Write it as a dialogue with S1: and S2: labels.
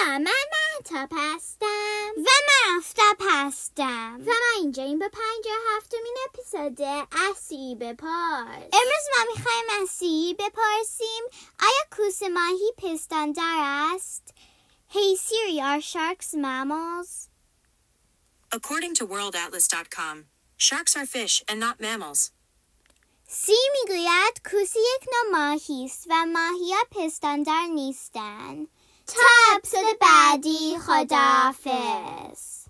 S1: و من محتاب هستم و من آفتاب هستم و من اینجا این به پنجاه هفتمین اپیزود اسی بپرس امروز ما میخوایم از سی بپرسیم آیا کوس ماهی پستاندار است؟ Hey Siri, are sharks mammals?
S2: According to WorldAtlas.com, sharks are fish and not mammals.
S1: سی میگوید کوسی یک نوع ماهی است و ماهی ها پستاندار نیستند تا اپیزود بعدی خداحافظ